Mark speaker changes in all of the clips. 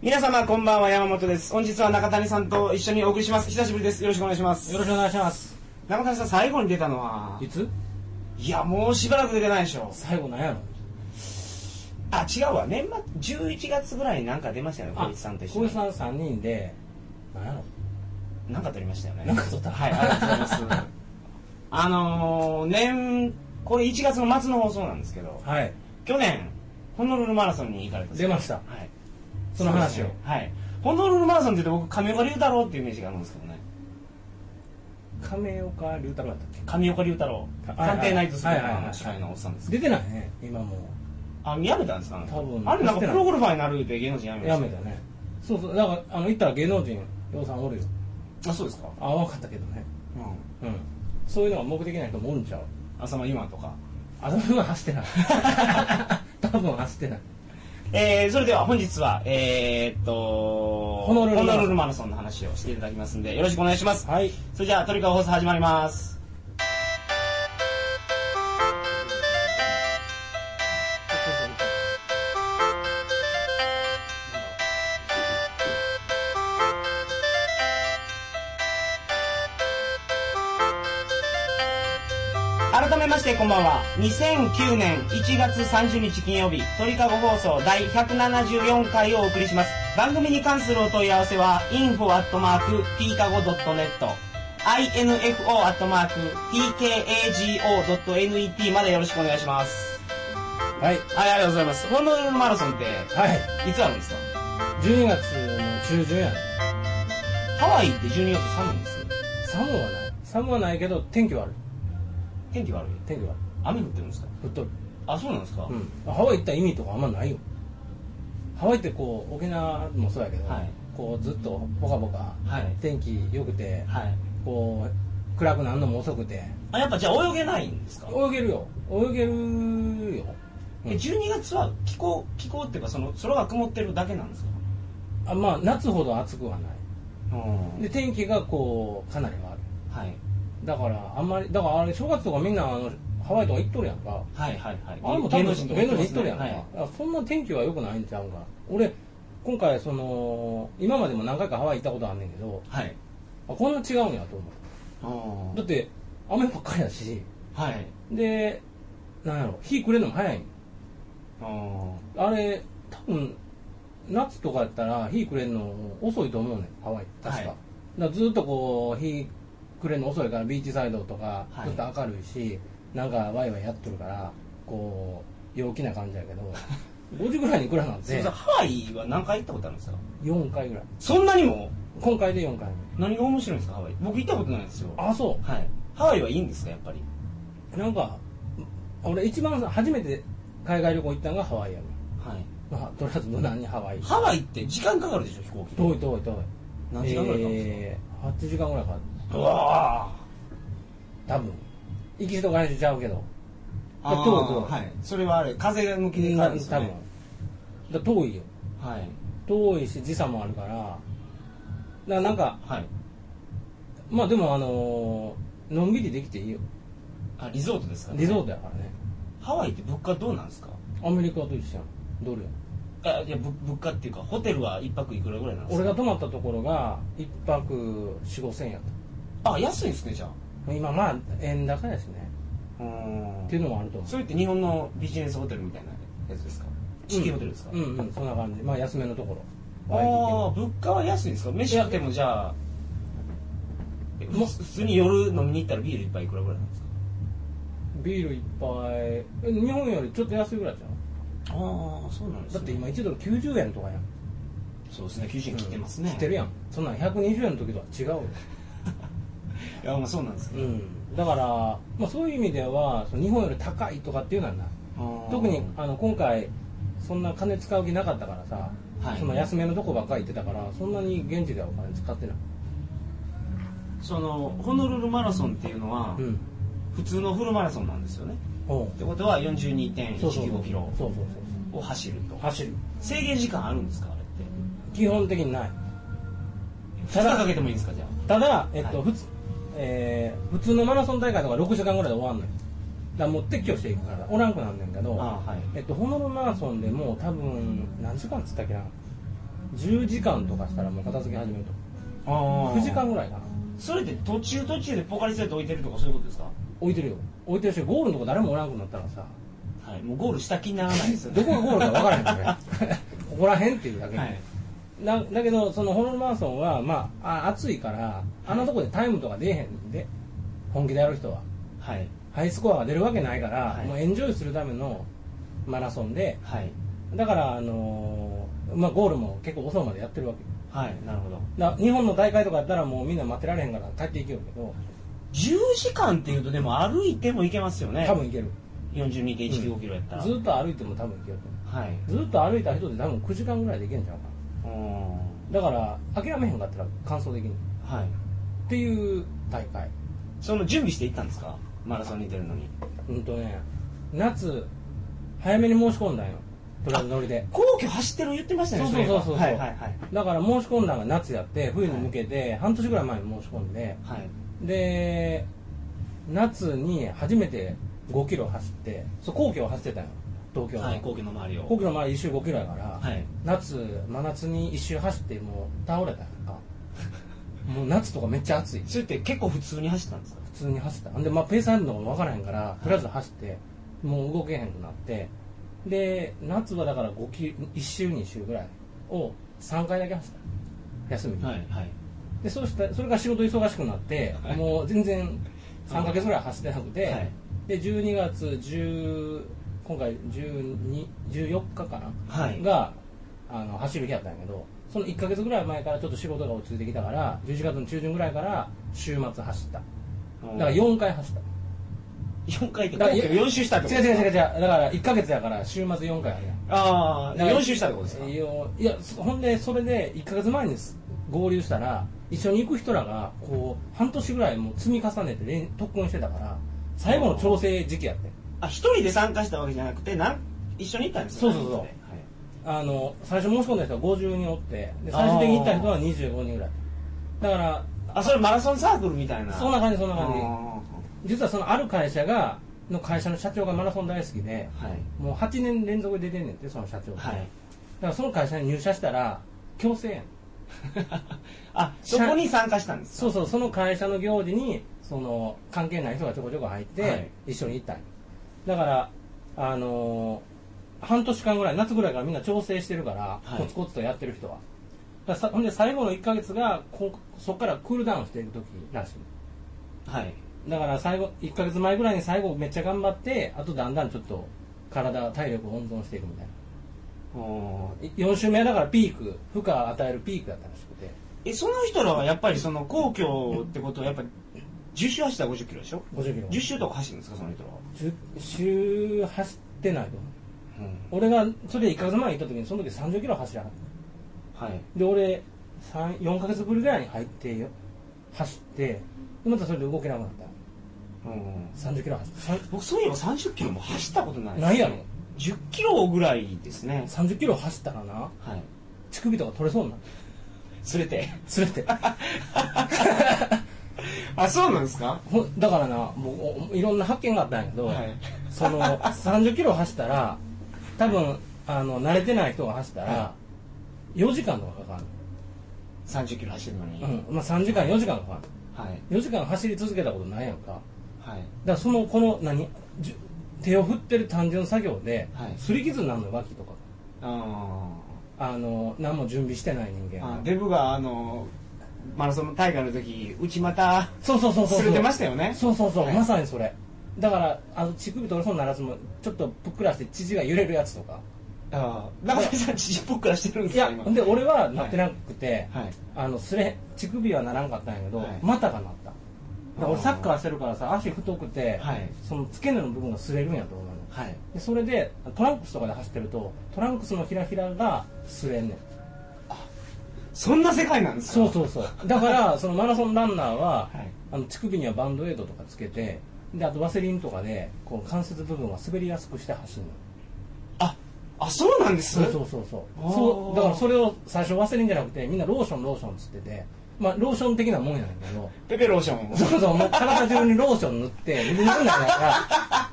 Speaker 1: 皆様こんばんは山本です本日は中谷さんと一緒にお送りします久しぶりですよろしくお願いします
Speaker 2: よろしくお願いします
Speaker 1: 中谷さん最後に出たのはい
Speaker 2: つ
Speaker 1: いやもうしばらく出てないでしょ
Speaker 2: 最後なんやろ
Speaker 1: あ違うわ年末11月ぐらいになんか出ましたよね
Speaker 2: あ
Speaker 1: 小一さんと一緒
Speaker 2: 小
Speaker 1: に
Speaker 2: 一さん3人でなんやろ
Speaker 1: なんか撮りましたよね
Speaker 2: なんか撮った
Speaker 1: はいありがとうございますあのー、年これ1月の末の放送なんですけど
Speaker 2: はい
Speaker 1: 去年ホノルルマラソンに行かれたんですよ
Speaker 2: 出ました
Speaker 1: はい
Speaker 2: その話
Speaker 1: そうです
Speaker 2: を
Speaker 1: ねはいホノルルマラソンって言うと僕亀岡龍太郎っていうイメージがあるんですけどね
Speaker 2: 亀岡龍太郎だったっ
Speaker 1: 神岡龍太郎
Speaker 2: はいはい
Speaker 1: 探偵ナイトスクープ
Speaker 2: はいはいは
Speaker 1: の
Speaker 2: い
Speaker 1: 司会のおっさんです
Speaker 2: け出てないね今も
Speaker 1: あやめたんですかね
Speaker 2: 多分
Speaker 1: あれなんかプロゴルファーになるって芸能人やめ
Speaker 2: う
Speaker 1: ました
Speaker 2: やめたねそうそうだからあの行ったら芸能人洋さんおるよ
Speaker 1: あそうですか
Speaker 2: あ分かったけどね
Speaker 1: うん
Speaker 2: うんそういうのが目的な人もおるんちゃう
Speaker 1: 浅間今とか
Speaker 2: あ多分走ってない 多分走ってない
Speaker 1: えー、それでは本日はえー、っと
Speaker 2: ホノルルマラソン
Speaker 1: マラソンの話をしていただきますんでよろしくお願いします、
Speaker 2: はい
Speaker 1: それじゃあトリカゴ放送始まります改めましてこんばんは2009年1月30日金曜日鳥かご放送第174回をお送りします番組に関するお問い合わせは info.tkago.net info.tkago.net までよろしくお願いします
Speaker 2: はい
Speaker 1: はいありがとうございますホノルルマラソンって
Speaker 2: はい
Speaker 1: いつあるんですか
Speaker 2: 12月の中旬やね
Speaker 1: ハワイって12月寒いんですよ
Speaker 2: 寒はない寒はないけど天気悪い
Speaker 1: 天気悪い
Speaker 2: 天気悪い
Speaker 1: 雨降ってるんですか
Speaker 2: 降っとる
Speaker 1: あそうなんですか、
Speaker 2: うん、ハワイ行った意味とかあんまないよハワイってこう沖縄もそうやけど、
Speaker 1: はい
Speaker 2: こうずっとポカポカ
Speaker 1: はい
Speaker 2: 天気良くて
Speaker 1: はい
Speaker 2: こう暗くなるのも遅くて
Speaker 1: あやっぱじゃあ泳げないんですか
Speaker 2: 泳げるよ泳げるよ
Speaker 1: え12月は気候気候っていうかその空が曇ってるだけなんですか
Speaker 2: あまあ夏ほど暑くはない
Speaker 1: うん
Speaker 2: で天気がこうかなり悪
Speaker 1: はい
Speaker 2: いだからあんまりだからあれ正月とかみんなあのハワイとか行っとるやんか
Speaker 1: はいはいはい
Speaker 2: あれも多分芸能人行っとるやんか、
Speaker 1: はい
Speaker 2: あそんな天気は良くないんちゃうんかな俺今回その今までも何回かハワイ行ったことあんねんけど、
Speaker 1: はい
Speaker 2: あこんな違うんやと思うだって雨ばっかりだし
Speaker 1: はい
Speaker 2: でなんやろ日暮れるのも早い
Speaker 1: うん
Speaker 2: あれ多分夏とかやったら日暮れるの遅いと思うねんハワイ確か,、
Speaker 1: はい
Speaker 2: だからずっとこう日暮れるの遅いからビーチサイドとか
Speaker 1: はい
Speaker 2: ずっと明るいし、なんかワイワイやっとるからこう陽気な感じやけ ど5時ぐらいに来らなん
Speaker 1: すいま
Speaker 2: て
Speaker 1: せんハワイは何回行ったことあるんですか
Speaker 2: 4回ぐらい
Speaker 1: そんなにも
Speaker 2: 今回で4回目
Speaker 1: 何が面白いんですかハワイ僕行ったことないんですよ
Speaker 2: あそう
Speaker 1: はいハワイはいいんですかやっぱり
Speaker 2: なんか俺一番初めて海外旅行行ったのがハワイやねん
Speaker 1: はい
Speaker 2: まあ、とりあえず無難にハワイ
Speaker 1: ハワイって時間かかるでしょ飛行機で
Speaker 2: 遠い遠い遠い
Speaker 1: 何時間ぐらいかかるんです
Speaker 2: えー、8時間ぐらいかかる
Speaker 1: かうわあ
Speaker 2: 多分行きと帰りちゃうけど
Speaker 1: あー
Speaker 2: 遠い遠い
Speaker 1: はいそれはあれ風向きで変わ
Speaker 2: な
Speaker 1: るんです
Speaker 2: 多
Speaker 1: よ
Speaker 2: 分
Speaker 1: ね
Speaker 2: だ遠いよ
Speaker 1: はい
Speaker 2: 遠いし時差もあるからだからなんか
Speaker 1: はい
Speaker 2: まあでもあのーのんびりできていいよ
Speaker 1: あリゾートですかね
Speaker 2: リゾートやからね
Speaker 1: ハワイって物価どうなんですか
Speaker 2: アメリカと一緒やんドルやん
Speaker 1: あいやぶ物価っていうかホテルは一泊いくらぐらいなんですか
Speaker 2: 俺が泊まったところが1泊4 5千円やっ
Speaker 1: あ安いんですねじゃあ
Speaker 2: た今まあ円高やしね
Speaker 1: うーん
Speaker 2: っていうのもあると思う
Speaker 1: それって日本のビジネスホテルみたいなやつですか地球ホテルですか、
Speaker 2: うんうんそんな感じまあ安めのところ
Speaker 1: ああ物価は安いんですか飯食ってもじゃあえふ
Speaker 2: も
Speaker 1: 普通に夜飲みに行ったらビール一杯いくらぐらいなんですか
Speaker 2: ビール一杯え日本よりちょっと安いぐらいじゃん
Speaker 1: ああそうなん
Speaker 2: だって今1ドル90円とかやん
Speaker 1: そうですね90円切ってますね、
Speaker 2: 切ってるやんそんなん120円の時とは違うよ、
Speaker 1: いやまあそうなんですけど、
Speaker 2: うん、だから、まあ、そういう意味ではその日本より高いとかっていうのはない
Speaker 1: あー
Speaker 2: 特にあの今回そんな金使う気なかったからさ、
Speaker 1: はい
Speaker 2: その安めのとこばっかり行ってたからそんなに現地ではお金使ってない、
Speaker 1: そのホノルルマラソンっていうのは、
Speaker 2: うん
Speaker 1: 普通のフルマラソンなんですよね
Speaker 2: おう
Speaker 1: ってことは
Speaker 2: そうそうそう
Speaker 1: 42.195キロ
Speaker 2: そうそうそう
Speaker 1: を走ると
Speaker 2: 走る
Speaker 1: 制限時間あるんですかあれって
Speaker 2: 基本的にない
Speaker 1: ただかけてもいいんですかじゃ
Speaker 2: ただ、えっと
Speaker 1: はい
Speaker 2: 普通えー普通のマラソン大会とか6時間ぐらいで終わんのよだからもう撤去していくからおらんくなんねんけど
Speaker 1: ああはい
Speaker 2: えっと、ホノルルマラソンでもう多分何時間っつったっけな10時間とかしたらもう片付け始めると
Speaker 1: あ
Speaker 2: 9時間ぐらいかな
Speaker 1: それって途中途中でポカリスエット置いてるとかそういうことですか
Speaker 2: 置いてるよ置いてるしゴールのとこ誰もおらんくなったらさ
Speaker 1: はいもうゴールした気にならないですよね
Speaker 2: どこがゴールか分からへんの ねここら辺っていうだけで、
Speaker 1: はい
Speaker 2: なだけどそのホノルルマラソンは、まあ、あ暑いからあのとこでタイムとか出えへんんで本気でやる人は
Speaker 1: はい
Speaker 2: ハイスコアが出るわけないから、
Speaker 1: はい
Speaker 2: もうエンジョイするためのマラソンで
Speaker 1: はい
Speaker 2: だから、あのーまあ、ゴールも結構遅いまでやってるわけよ
Speaker 1: はいなるほど
Speaker 2: だ日本の大会とかやったらもうみんな待ってられへんから帰っていけようけど
Speaker 1: 10時間っていうとでも歩いても行けますよね
Speaker 2: 多分いける、
Speaker 1: 42.195キロやったら、
Speaker 2: ずっと歩いても多分いける
Speaker 1: はい
Speaker 2: と思うずっと歩いた人で多分9時間ぐらいでいけんちゃうか
Speaker 1: うーん
Speaker 2: なだから諦めへんかったら完走できんっ
Speaker 1: はい
Speaker 2: ていう大会
Speaker 1: その準備して行ったんですかマラソンに出るのに
Speaker 2: うんとね夏早めに申し込んだんよとりあえずノリで
Speaker 1: 皇居走ってる言ってましたね
Speaker 2: そう
Speaker 1: いえば
Speaker 2: そうそうそう
Speaker 1: はいはいはい
Speaker 2: だから申し込んだのが夏やって冬に向けて半年ぐらい前に申し込んで
Speaker 1: はい
Speaker 2: で夏に初めて5キロ走ってそう皇居を走ってたんよ東京の、
Speaker 1: はい皇居の周りを
Speaker 2: 皇居の周り一周5キロやから、
Speaker 1: はい
Speaker 2: 夏真夏に一周走ってもう倒れたやんかもう夏とかめっちゃ暑い普
Speaker 1: それって結構普通に走ったんですか
Speaker 2: 通に走ったほんで、まあ、ペースあるのも分からへんからとりあえず走ってもう動けへんくなってで夏はだから5キ1周2周ぐらいを3回だけ走った休みに、
Speaker 1: いはい
Speaker 2: でそうしたそれが仕事忙しくなって、
Speaker 1: はい
Speaker 2: もう全然3ヶ月ぐらい走ってなくて、
Speaker 1: はい
Speaker 2: で12月10今回12 14日かな、
Speaker 1: はい
Speaker 2: があの走る日やったんやけどその1ヶ月ぐらい前からちょっと仕事が落ち着いてきたから11月の中旬ぐらいから週末走っただから4回走った
Speaker 1: 4回って
Speaker 2: だ
Speaker 1: 皇
Speaker 2: から
Speaker 1: 居4周したってこと
Speaker 2: 違う違う違う違う
Speaker 1: う
Speaker 2: だから1ヶ月やから週末4回あるやん
Speaker 1: ああ
Speaker 2: だから
Speaker 1: 4周したってことですか
Speaker 2: いやいやそほんでそれで1か月前にす合流したら一緒に行く人らがこう半年ぐらいもう積み重ねて練特訓してたから最後の調整時期やって
Speaker 1: あ一人で参加したわけじゃなくてなん一緒に行ったんです
Speaker 2: そうそうそうあの最初申し込んだ人は50人おってで最終的に行った人は25人ぐらいだから
Speaker 1: あそれマラソンサークルみたいな
Speaker 2: そんな感じそんな感じ
Speaker 1: あ
Speaker 2: 実はそのある会社がの会社の社長がマラソン大好きで
Speaker 1: ーはい
Speaker 2: もう8年連続で出てんねんってその社長が、
Speaker 1: は
Speaker 2: だ
Speaker 1: い
Speaker 2: からその会社に入社したら強制やん
Speaker 1: あそこに参加したんです
Speaker 2: そうそうその会社の行事にその関係ない人がちょこちょこ入って、
Speaker 1: はい
Speaker 2: 一緒に行ったんよだからあのー半年間ぐらい夏ぐらいからみんな調整してるから、
Speaker 1: はい
Speaker 2: コツコツとやってる人はだからさほんで最後の1か月がこそこからクールダウンしていく時らしい
Speaker 1: はい
Speaker 2: だから最後1か月前ぐらいに最後めっちゃ頑張ってあとだんだんちょっと体体力を温存していくみたいな
Speaker 1: おー
Speaker 2: 4週目はだからピーク負荷を与えるピークだったらしくて
Speaker 1: えその人らはやっぱりその皇居ってことはやっぱり10周走ったら50キロでしょ
Speaker 2: 50キロ
Speaker 1: 10周とか走るんですかその人らは、
Speaker 2: 10週走ってないと思う俺がそれ1ヶ月前に行った時にその時3 0キロ走らなかっ
Speaker 1: はい
Speaker 2: たで俺三4ヶ月ぶりぐらいに入ってよ走ってでまたそれで動けなくなった3 0キロ走った
Speaker 1: 僕そういえば30キロも走ったことないです
Speaker 2: ないやろ
Speaker 1: 10キロぐらいですね
Speaker 2: 3 0キロ走ったらな
Speaker 1: はい
Speaker 2: 乳首とか取れそうになる
Speaker 1: 連れて
Speaker 2: つれて
Speaker 1: あそうなんですか
Speaker 2: ほんだからなもうおいろんな発見があったんやけど、
Speaker 1: はい
Speaker 2: その3 0キロ走ったら多分あの慣れてない人が走ったら
Speaker 1: は
Speaker 2: 4時間とかかかる
Speaker 1: 30キロ走るのに、
Speaker 2: うんまあ、3時間4時間かか
Speaker 1: はい
Speaker 2: る4時間走り続けたことないやんか
Speaker 1: はい
Speaker 2: だからそのこの何じゅ手を振ってる単純作業で、
Speaker 1: はい
Speaker 2: 擦り傷になるのよ脇とか
Speaker 1: あ
Speaker 2: あの何も準備してない人
Speaker 1: ー
Speaker 2: 間
Speaker 1: あ
Speaker 2: が
Speaker 1: デブがあのマラソン大会の時内股
Speaker 2: そうそうそうそう
Speaker 1: 擦れてましたよね
Speaker 2: そうそうそう、
Speaker 1: はい
Speaker 2: まさにそれだからあの乳首取れそうにならずもちょっとぷっくらして乳が揺れるやつとか
Speaker 1: あー中谷さんちっぽくらしてるんで
Speaker 2: い
Speaker 1: すか
Speaker 2: や
Speaker 1: 今
Speaker 2: で俺はなってなくて、
Speaker 1: はい
Speaker 2: あのすれ乳首はならんかったんやけど、
Speaker 1: はい
Speaker 2: 股がなっただから
Speaker 1: あ
Speaker 2: 俺
Speaker 1: ー
Speaker 2: サッカーしてるからさ足太くて、
Speaker 1: はい
Speaker 2: その付け根の部分が擦れるんやと思うの
Speaker 1: はい
Speaker 2: でそれでトランクスとかで走ってるとトランクスのひらひらが擦れんねん
Speaker 1: そんな世界なんですか
Speaker 2: そうそうそうだからそのマラソンランナーは、
Speaker 1: はい
Speaker 2: あの乳首にはバンドエイドとかつけてであとワセリンとかでこう関節部分は滑りやすくして走るの
Speaker 1: ああそうなんです
Speaker 2: そうそうそうそう
Speaker 1: あー
Speaker 2: そうだからそれを最初ワセリンじゃなくてみんなローションローションっつっててまあローション的なもんやねんけど
Speaker 1: ペペローションを
Speaker 2: そうそうもう体中にローション塗って塗るんだから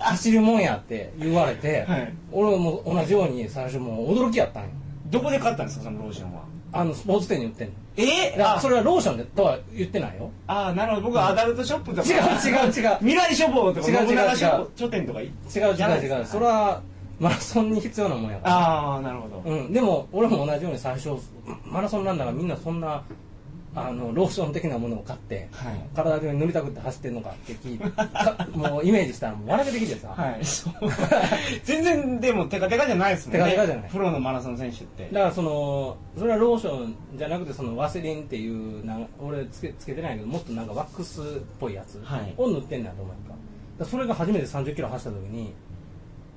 Speaker 2: 走るもんやって言われて、
Speaker 1: はい
Speaker 2: 俺も同じように最初もう驚きやったんよ
Speaker 1: どこで買ったんですかそのローションは
Speaker 2: あのスポーツ店に売ってんの
Speaker 1: え
Speaker 2: だから
Speaker 1: あ
Speaker 2: それはローションでとは言ってないよ
Speaker 1: あーなるほど僕はアダルトショップとか
Speaker 2: 違う違う違う
Speaker 1: 未来処方とか
Speaker 2: 違う違う違う
Speaker 1: 信長書書店とかい
Speaker 2: 違う
Speaker 1: じゃないです
Speaker 2: 違う
Speaker 1: か
Speaker 2: 違うそれはマラソンに必要なもんやから
Speaker 1: ああなるほど
Speaker 2: うん、でも俺も同じように最初マラソンランナーがみんなそんなあのローション的なものを買って
Speaker 1: はい
Speaker 2: 体中に塗りたくって走ってんのかって聞いてか もうイメージしたらもう笑けてきてさ、
Speaker 1: はい、そう 全然でもテカテカじゃないですもんね
Speaker 2: テカテカじゃない
Speaker 1: プロのマラソン選手って
Speaker 2: だからそのそれはローションじゃなくてそのワセリンっていうなん俺つけつけてないけどもっとなんかワックスっぽいやつ
Speaker 1: はい
Speaker 2: を塗ってんねやと思うやんかだからそれが初めて3 0キロ走った時に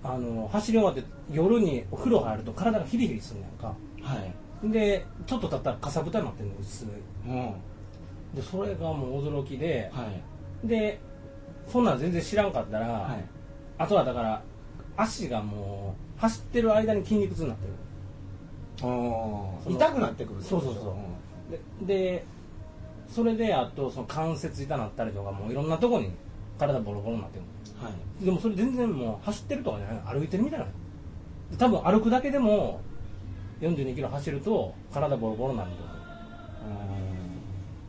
Speaker 2: あの走り終わって夜にお風呂入ると体がヒリヒリするんやんか
Speaker 1: はい
Speaker 2: でちょっと経ったらかさぶたになってんの薄い
Speaker 1: うんは
Speaker 2: でそれがもう驚きで、
Speaker 1: い
Speaker 2: でそんなん全然知らんかったら、
Speaker 1: はい
Speaker 2: あとはだから足がもう走ってる間に筋肉痛になって
Speaker 1: お
Speaker 2: そ
Speaker 1: ー
Speaker 2: の
Speaker 1: 痛くなってくるってこと
Speaker 2: そうそうそうるででそれであとその関節痛なったりとかもういろんなとこに体ボロボロになってる
Speaker 1: うんはい
Speaker 2: でもそれ全然もう走ってるとかじゃないの歩いてるみたいなので多分歩くだけでも42キロ走ると体ボロボロになると思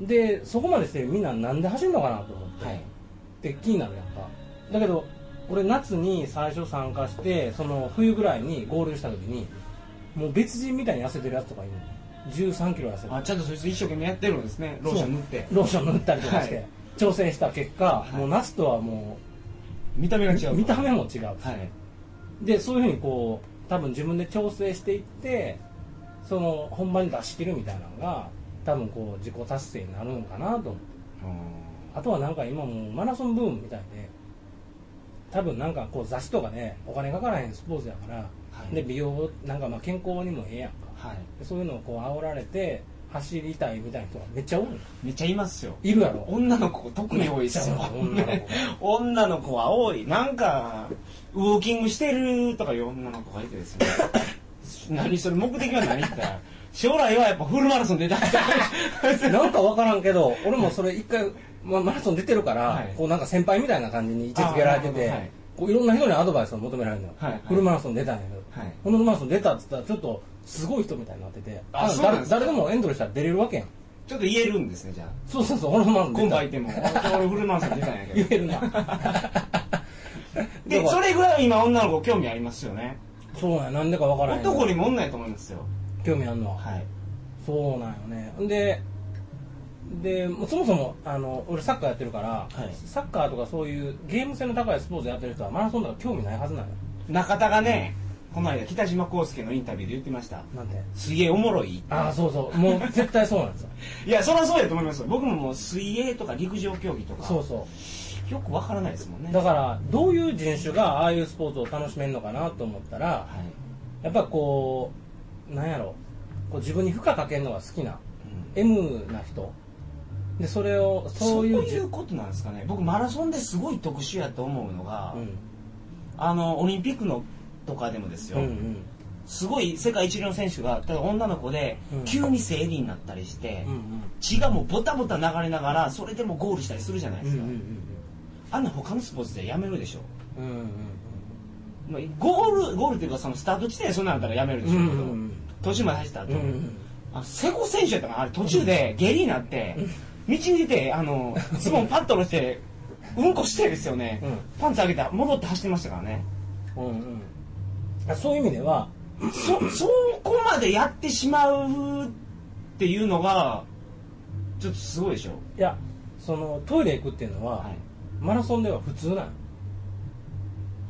Speaker 2: うでそこまでしてみんななんで走るのかなと思って、
Speaker 1: はい
Speaker 2: って気になるやんかだけど俺夏に最初参加してその冬ぐらいに合流した時にもう別人みたいに痩せてるやつとかいるの1 3キロ痩せて
Speaker 1: あちゃんとそいつ一生懸命やってるんですねローション塗って
Speaker 2: ローション塗ったりとかして、
Speaker 1: はい
Speaker 2: 挑戦した結果、
Speaker 1: い
Speaker 2: もう夏とはも
Speaker 1: 見た目が違
Speaker 2: う
Speaker 1: う
Speaker 2: 見た目も違う、
Speaker 1: はい
Speaker 2: でそういうふうにこう多分自分で調整していってその本番に出し切るみたいなのが多分こう自己達成になるんかなと思ってあとはなんか今もうマラソンブームみたいで多分なんかこう雑誌とかでお金かからへんスポーツやから、
Speaker 1: はい
Speaker 2: で美容なんかまあ健康にもええやんか
Speaker 1: はい
Speaker 2: でそういうのをこう煽られて走りたいみたいな人がめっちゃ多いの
Speaker 1: めっちゃいますよ
Speaker 2: いるやろ
Speaker 1: 女の子特に多いですよ
Speaker 2: めっちゃ多い女の子
Speaker 1: 女の子は多いなんかウォーキングしてるとかいう女の子がいてです ね何それ目的は何って言ったら将来はやっぱフルマラソン出たい
Speaker 2: なんか分からんけど俺もそれ一回、まあ、マラソン出てるから、
Speaker 1: はい
Speaker 2: こうなんか先輩みたいな感じに位置づけられてて、
Speaker 1: あーなるほどはい
Speaker 2: こういろんな人にアドバイスを求められるのよ、
Speaker 1: はいはい
Speaker 2: フルマラソン出たんやけど、
Speaker 1: はい
Speaker 2: フルマラソン出たっつったらちょっとすごい人みたいになってて
Speaker 1: あ
Speaker 2: あ
Speaker 1: そうなんで
Speaker 2: 誰
Speaker 1: すか
Speaker 2: 誰でもエントリーしたら出れるわけやん
Speaker 1: ちょっと言えるんですねじゃあ
Speaker 2: そうそうそうフルマラソン出た
Speaker 1: 今晩いても俺フルマラソン出たんやけ
Speaker 2: 言
Speaker 1: ど
Speaker 2: えるな
Speaker 1: でそれぐらい今女の子興味ありますよね
Speaker 2: そうなんやなんでかわからんけど
Speaker 1: 男にも女やと思うんですよ
Speaker 2: 興味あるのは、
Speaker 1: はい
Speaker 2: そうなんよねででもうそもそもあの俺サッカーやってるから、
Speaker 1: い
Speaker 2: サッカーとかそういうゲーム性の高いスポーツやってる人はマラソンとか興味ないはずなのよ
Speaker 1: 中田がねこの間北島康介のインタビューで言ってました
Speaker 2: なんて
Speaker 1: すげえおもろいって
Speaker 2: ああそうそうもう絶対そうなんですよ
Speaker 1: いやそりゃそうやと思いますよ僕ももう水泳とか陸上競技とか
Speaker 2: そうそ
Speaker 1: よくわからないですもんね
Speaker 2: うだからどういう人種がああいうスポーツを楽しめるのかなと思ったら
Speaker 1: はい、
Speaker 2: やっぱこうなんやろこう自分に負荷かけるのが好きな
Speaker 1: うん
Speaker 2: M な人でそれを
Speaker 1: そ
Speaker 2: そうう
Speaker 1: い
Speaker 2: いううじ
Speaker 1: ことなんですかね僕マラソンですごい特殊やと思うのが、
Speaker 2: うん
Speaker 1: あのオリンピックのとかでもですよ、
Speaker 2: うんうん
Speaker 1: すごい世界一流の選手がただ女の子で
Speaker 2: うん
Speaker 1: 急に生理になったりして、
Speaker 2: うん
Speaker 1: 血がもうボタボタ流れながらそれでもゴールしたりするじゃない
Speaker 2: うんう
Speaker 1: で
Speaker 2: ん
Speaker 1: すか、あんな他のスポーツでやめるでしょ
Speaker 2: うんうん
Speaker 1: まあゴールゴールというかそのスタート地点でそんなんだったらやめるでしょうけど、
Speaker 2: うんうんうん
Speaker 1: 途中まで走った後、
Speaker 2: うんうん
Speaker 1: あの瀬古選手やったかなあれ途中で下痢になって道に出てあ のズボンパッと下ろしてうんこしてですよね、
Speaker 2: う
Speaker 1: パンツ上げた戻って走ってましたからね
Speaker 2: うんうんあそういう意味では
Speaker 1: そそこまでやってしまうっていうのがちょっとすごいでしょ
Speaker 2: いやそのトイレ行くっていうのは、
Speaker 1: はい
Speaker 2: マラソンでは普通なんよ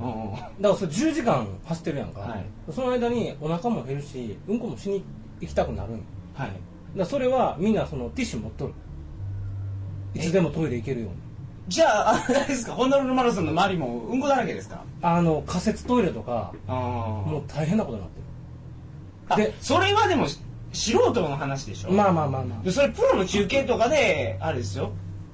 Speaker 1: うんうん
Speaker 2: だからそれ10時間走ってるやんか、
Speaker 1: はい
Speaker 2: その間にお腹も減るしうんこもしに行きたくなるんよ
Speaker 1: はい
Speaker 2: だからそれはみんなそのティッシュ持っとるいつでもトイレ行けるように
Speaker 1: じゃああれですかホノルルマラソンの周りもうんこだらけですか
Speaker 2: あの仮設トイレとかも
Speaker 1: あ
Speaker 2: う大変なことになって
Speaker 1: あ
Speaker 2: で
Speaker 1: それはでもし素人の話でしょ、
Speaker 2: るまあまあまあまあ
Speaker 1: でそれプロの中継とかであれですよ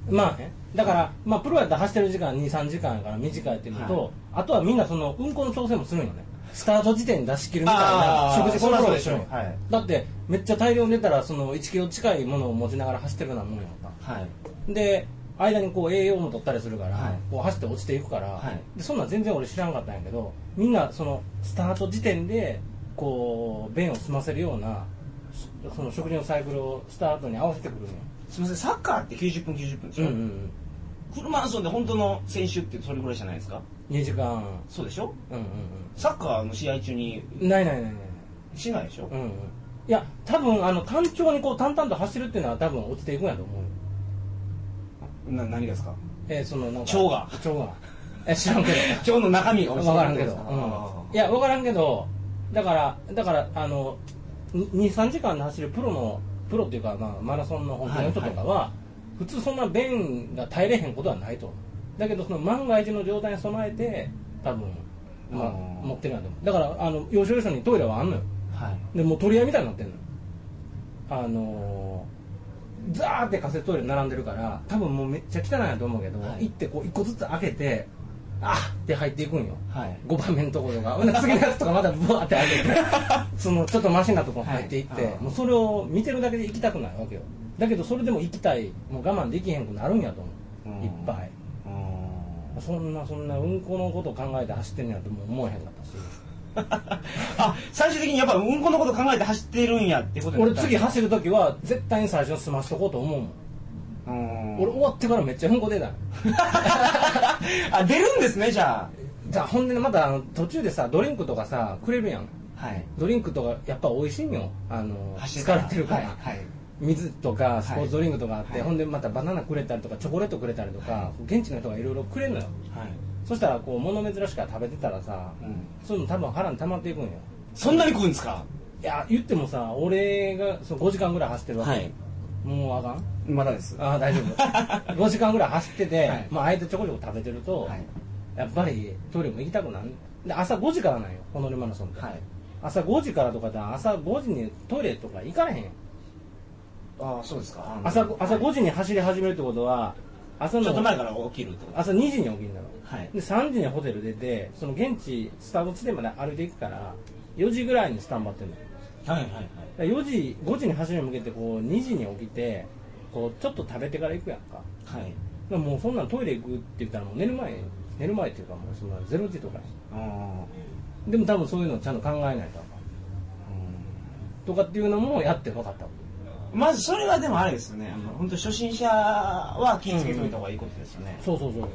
Speaker 2: まあねだから、まあ、プロやったら走ってる時間23時間やから短いっていうのと、
Speaker 1: はい
Speaker 2: あとはみんなそのうんこの調整もするんよねスタート時点に出し切るみたいな
Speaker 1: あー
Speaker 2: 食事コントロールでしょ、
Speaker 1: そりゃそうでしょはい
Speaker 2: だってめっちゃ大量に出たらその1キロ近いものを持ちながら走ってるようなもんやんか
Speaker 1: はい
Speaker 2: で間にこう栄養も取ったりするから、
Speaker 1: はい
Speaker 2: こう走って落ちていくから、
Speaker 1: はい
Speaker 2: でそんなん全然俺知らんかったんやけどみんなそのスタート時点でこう便を済ませるようなしその食事のサイクルをスタートに合わせてくるね
Speaker 1: すみませんサッカーって90分90分でし
Speaker 2: うん
Speaker 1: ょ、
Speaker 2: うんうん
Speaker 1: フルマラソンで本当の選手ってそれぐらいじゃないですか
Speaker 2: 2時間
Speaker 1: そうでしょ
Speaker 2: うんうん
Speaker 1: サッカーの試合中に
Speaker 2: うんないないないない
Speaker 1: しないでしょ、
Speaker 2: うんうんいや多分あの単調にこう淡々と走るっていうのは多分落ちていくんやと思うよ
Speaker 1: な何がですか
Speaker 2: えーそのなん
Speaker 1: 腸
Speaker 2: か
Speaker 1: が
Speaker 2: 腸がえ知らんけど
Speaker 1: 今日の中身が 面
Speaker 2: 分か
Speaker 1: 白
Speaker 2: ら
Speaker 1: い
Speaker 2: んけど、
Speaker 1: あ
Speaker 2: うん、
Speaker 1: ー
Speaker 2: いや分からんけどだからだからあの23時間で走るプロのプロっていうか、まあ、マラソンの本気の人とかは、普通そんな便が耐えれへんことはないとだけどその万が一の状態に備えて多分、まあ、
Speaker 1: あー
Speaker 2: 持ってるんやと思うだからあの要所要所にトイレはあんのよ
Speaker 1: はい
Speaker 2: でもう取り合いみたいになってんのあのー、ザーってカセットトイレ並んでるから多分もうめっちゃ汚いなと思うけど、
Speaker 1: はい
Speaker 2: 行ってこう一個ずつ開けてあっって入っていくんよ
Speaker 1: はい
Speaker 2: 5番目のとことかほんで次のやつとかまだブワーって開け てそのちょっとマシなとこ入っていって、
Speaker 1: はい
Speaker 2: もうそれを見てるだけで行きたくないわけよだけどそれでも行きたいもう我慢できへんくなるんやと
Speaker 1: う
Speaker 2: 思
Speaker 1: ん
Speaker 2: ういっぱいそんなそんなうんこのこと考えて走ってんのやともう思えへんかったし
Speaker 1: あ最終的にやっぱうんこのこと考えて走ってるんやってことにな
Speaker 2: 俺
Speaker 1: った
Speaker 2: 次走る時は絶対に最初済ましとこうと思うもん
Speaker 1: うん
Speaker 2: 俺終わってからめっちゃうんこ出たの
Speaker 1: あ出るんですねじゃ
Speaker 2: じゃあほんでねまたあの途中でさドリンクとかさくれるやん
Speaker 1: あはい
Speaker 2: ドリンクとかやっぱ美味しいんよあの疲れてるから、
Speaker 1: はい、はい
Speaker 2: 水とかスポーツドリンクとかあって、
Speaker 1: はい
Speaker 2: ほんでまたバナナくれたりとかチョコレートくれたりとか、現地の人がいろいろくれるのよ
Speaker 1: はい
Speaker 2: そしたらこう物珍しく食べてたらさ
Speaker 1: うん、
Speaker 2: そういうの多分腹に溜まっていくんよ
Speaker 1: そんなに食うんですか
Speaker 2: いや言ってもさ俺がそう5時間ぐらい走ってるわけ、
Speaker 1: はい
Speaker 2: もうあかん
Speaker 1: まだです
Speaker 2: ああ大丈夫5 時間ぐらい走ってて、
Speaker 1: はい
Speaker 2: まあ間ちょこちょこ食べてると、
Speaker 1: はい
Speaker 2: やっぱりトイレも行きたくなんで朝5時からなんよホノルルマラソンって、
Speaker 1: はい
Speaker 2: 朝5時からとかだったら朝5時にトイレとか行かれへんよ
Speaker 1: ああそうですか
Speaker 2: 朝ご朝5時に走り始めるってことは朝の
Speaker 1: ちょっと前から起きるってこと
Speaker 2: 朝2時に起きるんだろ
Speaker 1: はい
Speaker 2: で3時にホテル出てその現地スタート地点まで歩いていくから4時ぐらいにスタンバってるのだ
Speaker 1: はいはいはい
Speaker 2: から4時5時に走りに向けてこう2時に起きてこうちょっと食べてから行くやんかだか
Speaker 1: はい
Speaker 2: らもうそんなんトイレ行くって言ったらもう寝る前寝る前っていうかもうそんな0時とかや
Speaker 1: あ
Speaker 2: でも多分そういうのをちゃんと考えないとあかんとかっていうのもやって分かった
Speaker 1: まずそれはでもあれですよねあの本当初心者は気をつけておいた方がいいことですよね、
Speaker 2: そうそうそうそう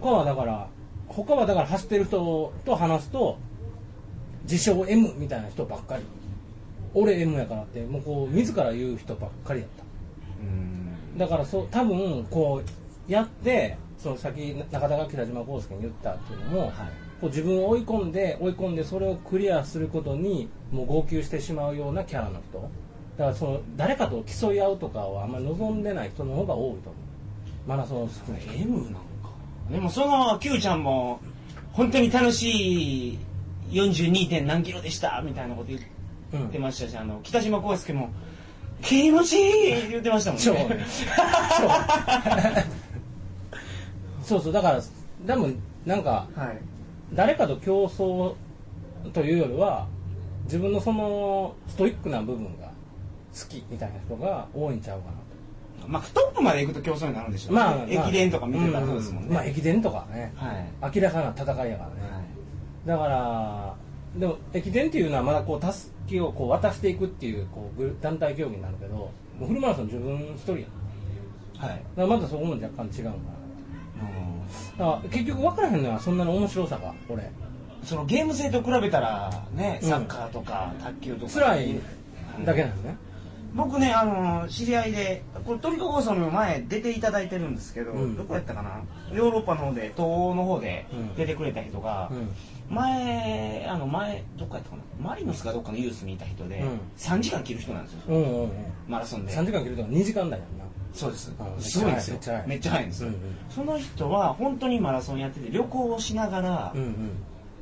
Speaker 2: 他はだから他はだから走ってる人と話すと自称 M みたいな人ばっかり俺 M やからってもうこう自ら言う人ばっかりやっただからそう多分こうやってその先中田が北島康介に言ったっていうのも、
Speaker 1: はい
Speaker 2: こう自分を追い込んで追い込んでそれをクリアすることにもう号泣してしまうようなキャラの人だからその誰かと競い合うとかをあんまり望んでない人の方が多いと思うマラソンを含めて
Speaker 1: M なのかでもその Q ちゃんも本当に楽しい 42. 点何キロでしたみたいなこと言
Speaker 2: うん
Speaker 1: ってましたし、あの北島康介も気持ちいいって言ってましたもん
Speaker 2: そ う
Speaker 1: ね
Speaker 2: そうそうだからでもなんか
Speaker 1: はい
Speaker 2: 誰かと競争というよりは自分のそのストイックな部分が好きみたいな人が多いんちゃうかな
Speaker 1: まあトップまで行くと競争になるんでしょう、ね
Speaker 2: まあ、まあ
Speaker 1: 駅伝とか見てたらそうですもんね、
Speaker 2: うまあ駅伝とかね
Speaker 1: はい、
Speaker 2: 明らかな戦いやからね、だからでも駅伝っていうのはまだこうたすきをこう渡していくっていうこうグル団体競技になるけどもうフルマラソン自分一人やん
Speaker 1: は
Speaker 2: だ
Speaker 1: いはい
Speaker 2: からまだそこも若干違うんかなだから結局分からへんのよそんなに面白さが俺
Speaker 1: そのゲーム性と比べたらね
Speaker 2: うん
Speaker 1: サッカーとか卓球とか
Speaker 2: 辛いだけなのね、
Speaker 1: 僕ねあの知り合いでこれトリコ放送の前出ていただいてるんですけど、
Speaker 2: うん
Speaker 1: どこやったかなヨーロッパの方で東欧の方で
Speaker 2: うん
Speaker 1: 出てくれた人が、
Speaker 2: う
Speaker 1: 前あの前どっかやったかなマリノスかどっかのユースにいた人で、
Speaker 2: うん
Speaker 1: 3時間切る人なんですよ
Speaker 2: ん、うんうんうん
Speaker 1: マラソンで
Speaker 2: 3時間切ると2時間だよな
Speaker 1: そうです
Speaker 2: うん
Speaker 1: すごいんですよ
Speaker 2: めっちゃ早い
Speaker 1: めっちゃ早いんですよ、
Speaker 2: うんうん
Speaker 1: その人は本当にマラソンやってて旅行をしながら、
Speaker 2: うん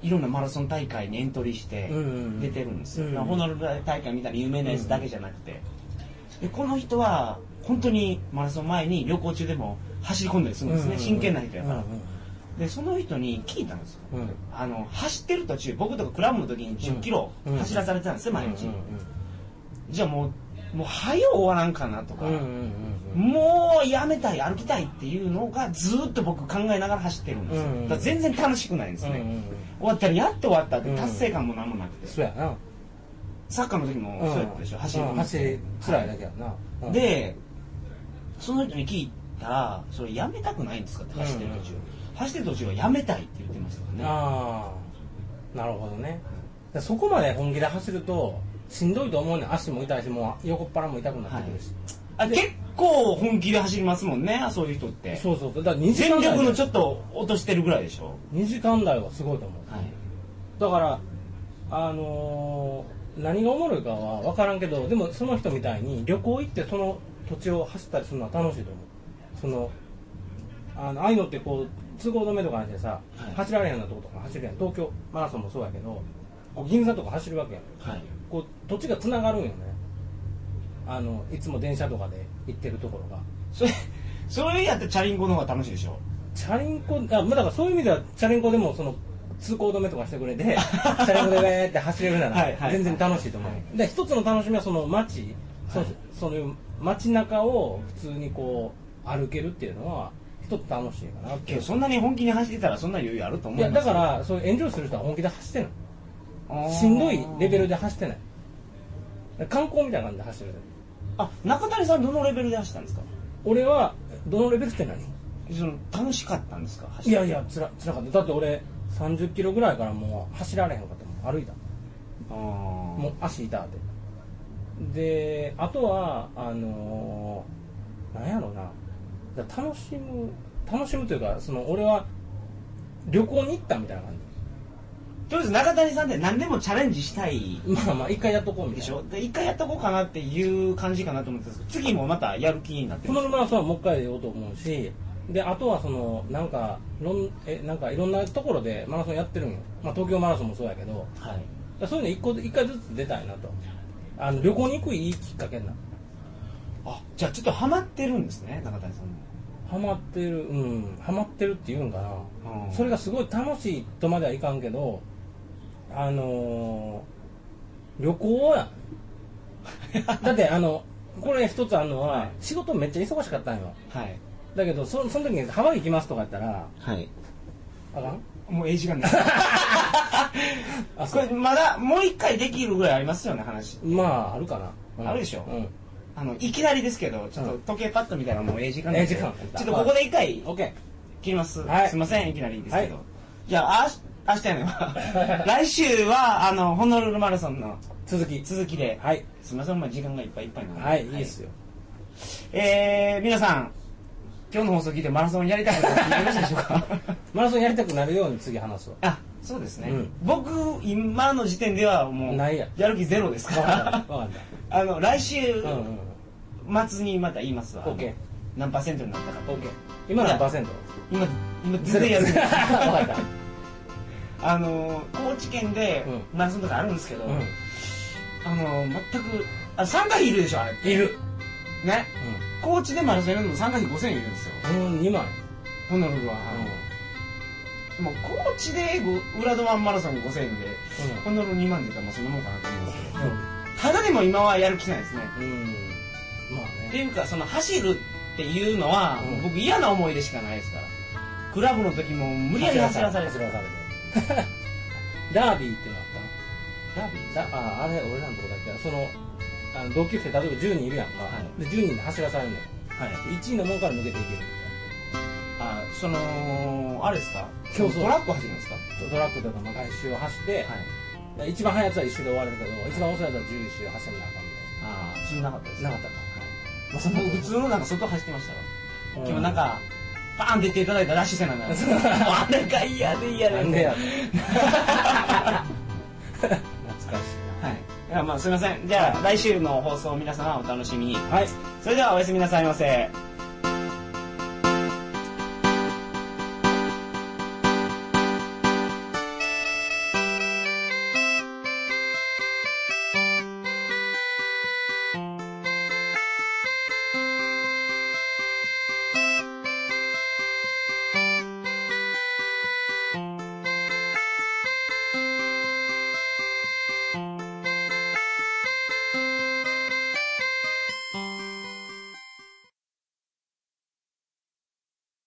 Speaker 1: いろんなマラソン大会にエントリーして
Speaker 2: うんうんうん
Speaker 1: 出てるんですよ、
Speaker 2: うんうん
Speaker 1: ホノルル大会みたいな有名なやつだけじゃなくて、でこの人は本当にマラソン前に旅行中でも走り込んだりす
Speaker 2: うん
Speaker 1: るんですね、真剣な人やから、
Speaker 2: う
Speaker 1: でその人に聞いたんですよ
Speaker 2: んうん
Speaker 1: あの走ってる途中僕とかクラブの時に1 0キロ
Speaker 2: うん
Speaker 1: 走らされてたんですよ毎日、
Speaker 2: うんうん
Speaker 1: じゃあもうもう早う終わらんかなとか、
Speaker 2: うんうんうん
Speaker 1: もうやめたい歩きたいっていうのがずーっと僕考えながら走ってるんですよ、
Speaker 2: うんうん
Speaker 1: だから全然楽しくないんです
Speaker 2: うん
Speaker 1: ね、
Speaker 2: うんうん
Speaker 1: 終わったらやっと終わったっ
Speaker 2: う
Speaker 1: て
Speaker 2: ん
Speaker 1: 達成感も何もなくて、
Speaker 2: そうやな
Speaker 1: サッカーの時もそうやったでしょ、
Speaker 2: うん
Speaker 1: 走る
Speaker 2: うん走りつらいだけやな、うん、
Speaker 1: でその人に聞いたら「それやめたくないんですか?」って走ってる途中、
Speaker 2: うん
Speaker 1: 走ってる途中はやめたいって言ってましたからね
Speaker 2: ああなるほどねでそこまで本気で走るとしんどいと思うねん足も痛いしもう横っ腹も痛くなってくるし、
Speaker 1: あ結構本気で走りますもんねそういう人って
Speaker 2: そうそうそうだから2時
Speaker 1: 全
Speaker 2: 間
Speaker 1: 力の
Speaker 2: 台
Speaker 1: ちょっと落としてるぐらいでしょ、
Speaker 2: 2時間台はすごいと思う
Speaker 1: はい、
Speaker 2: だからあのー何がおもろいかは分からんけどでもその人みたいに旅行行ってその土地を走ったりするのは楽しいと思うそのあのああいうのってこう通行止めとかにしてさ、
Speaker 1: はい
Speaker 2: 走られへんようなとことか走るやん東京マラソンもそうやけどこう銀座とか走るわけやん
Speaker 1: はい、
Speaker 2: こう土地がつながるんよねあのいつも電車とかで行ってるところが
Speaker 1: それそれやってチャリンコの方が楽しいでしょ
Speaker 2: チャリンコあまあだからそういう意味ではチャリンコでもその通行止めとかして くれてチャリンコでねって走れるな
Speaker 1: はいは
Speaker 2: ら
Speaker 1: い
Speaker 2: 全然楽しいと思う、
Speaker 1: は
Speaker 2: で一つの楽しみはその街そ,、
Speaker 1: はい
Speaker 2: その街中を普通にこう歩けるっていうのは一つ楽しいかなって
Speaker 1: けどそんなに本気に走ってたらそんな余裕あると思
Speaker 2: いうやだからそういうエンジョイする人は本気で走ってないしんどいレベルで走ってない観光みたいな感じで走ってる
Speaker 1: あ中谷さんどのレベルで走ったんですか
Speaker 2: 俺はどのレベルって何
Speaker 1: その楽しかったんですか走
Speaker 2: い
Speaker 1: って
Speaker 2: やいやつらつらかっただって俺3 0キロぐらいからもう走られへんかったもん歩いた
Speaker 1: あー
Speaker 2: もう足痛ってであとはあのーなんやろなだ楽しむ楽しむというかその俺は旅行に行ったみたいな感
Speaker 1: とりあえず中谷さんって何でもチャレンジしたい
Speaker 2: じまあまあ一回やっとこうみ
Speaker 1: で
Speaker 2: たい
Speaker 1: し
Speaker 2: な
Speaker 1: ょで一回やっとこうかなっていう感じかなと思ってたんですけど次もまたやる気になって
Speaker 2: こ
Speaker 1: ます
Speaker 2: のマラソンはもう一回出ようと思うしであとはそのなんかろんえなんかいろんなところでマラソンやってるんよ、まあ、東京マラソンもそうやけど
Speaker 1: はい
Speaker 2: だからそういうの一個一回ずつ出たいなとあの旅行に行くいいきっかけになる
Speaker 1: あじゃあちょっとハマってるんですね中谷さんも
Speaker 2: ハマってるうんハマってるっていうんかな、
Speaker 1: うん
Speaker 2: それがすごい楽しいとまではいかんけどあのー旅行やだってあのこれ一つあるのは、
Speaker 1: はい
Speaker 2: 仕事めっちゃ忙しかったんよ
Speaker 1: はい
Speaker 2: だけどそその時にハワイ行きますとか言ったら
Speaker 1: はい
Speaker 2: あかん
Speaker 1: もうええ時間です
Speaker 2: あそ
Speaker 1: これ
Speaker 2: う
Speaker 1: まだもう一回できるぐらいありますよね話
Speaker 2: まああるかな、うん
Speaker 1: あるでしょ
Speaker 2: うん
Speaker 1: あのいきなりですけどちょっと
Speaker 2: うん
Speaker 1: 時計パッと見たらもうええ時間なんで
Speaker 2: ええ時間
Speaker 1: ちょっとここで一回
Speaker 2: OK
Speaker 1: 切ります、
Speaker 2: はい
Speaker 1: すいませんいきなりですけど、
Speaker 2: はい
Speaker 1: じゃああし明日やねん わ来週はあのホノルルマラソンの
Speaker 2: 続き
Speaker 1: 続きで、
Speaker 2: はい
Speaker 1: すみませんお前時間がいっぱいいっぱいなんで
Speaker 2: はいいいですよ、
Speaker 1: えー、皆さん今日の放送聞いてマラソンやりたいこと聞いてましたでしょうか
Speaker 2: マラソンやりたくなるように次話すわ
Speaker 1: あそうですね、
Speaker 2: うん
Speaker 1: 僕今の時点ではもう
Speaker 2: ないや
Speaker 1: やる気ゼロですか
Speaker 2: 分か った
Speaker 1: ら
Speaker 2: 分かっ
Speaker 1: あの来週
Speaker 2: たうん うん
Speaker 1: 末にまた言いますわ、あの
Speaker 2: OK
Speaker 1: 何パーセントになったか
Speaker 2: OK 今何パーセント
Speaker 1: 今今全 然やる気
Speaker 2: 分
Speaker 1: ない
Speaker 2: かった
Speaker 1: あの高知県でマラソンとかあるんですけど、あの全くあ3回いるでしょあれ
Speaker 2: いる、
Speaker 1: ね高知でマラソンやるのも3回5000円いるんですよ
Speaker 2: うん、2枚、
Speaker 1: ホノルルは、あのもう高知でご裏ドマンマラソン5000円で、ホノルル2万で言ったらもうそんなもんかなと思うんですけど、ただでも今はやる気ないですね。
Speaker 2: うん、うん、ま
Speaker 1: っ
Speaker 2: あ
Speaker 1: て
Speaker 2: ね
Speaker 1: いうか、その走るっていうのは、
Speaker 2: うん
Speaker 1: 僕嫌な思い出しかないですから。クラブの時も無理やり走らされて
Speaker 2: 走らされて ダービーってのあっ
Speaker 1: ダービー
Speaker 2: たなだああれ俺らのとこだけどそのあの同級生例えば10人いるやんか、
Speaker 1: は
Speaker 2: で10人で走らされるのよ
Speaker 1: はい。
Speaker 2: 1位の門から抜けていけるみ
Speaker 1: あ、その、あれですか
Speaker 2: 競争
Speaker 1: トラック走るんですかは
Speaker 2: たいなトラックとかまあ外周を走って、で一番速いやつは1周で終われるけど一番遅いやつは11周走らなあかんみ
Speaker 1: ああ、そんなかったです
Speaker 2: たいななかったか
Speaker 1: まあ、その普通のなんか外走ってましたよ。
Speaker 2: うん
Speaker 1: 今日なんか、バーンって出ていただいたらしいせなな。 あれが嫌で嫌で。
Speaker 2: なん でやねん 懐かし
Speaker 1: はい。いやまあすみません。じゃあ、来週の放送を皆様お楽しみに。
Speaker 2: いなはい
Speaker 1: それではおやすみなさいませ。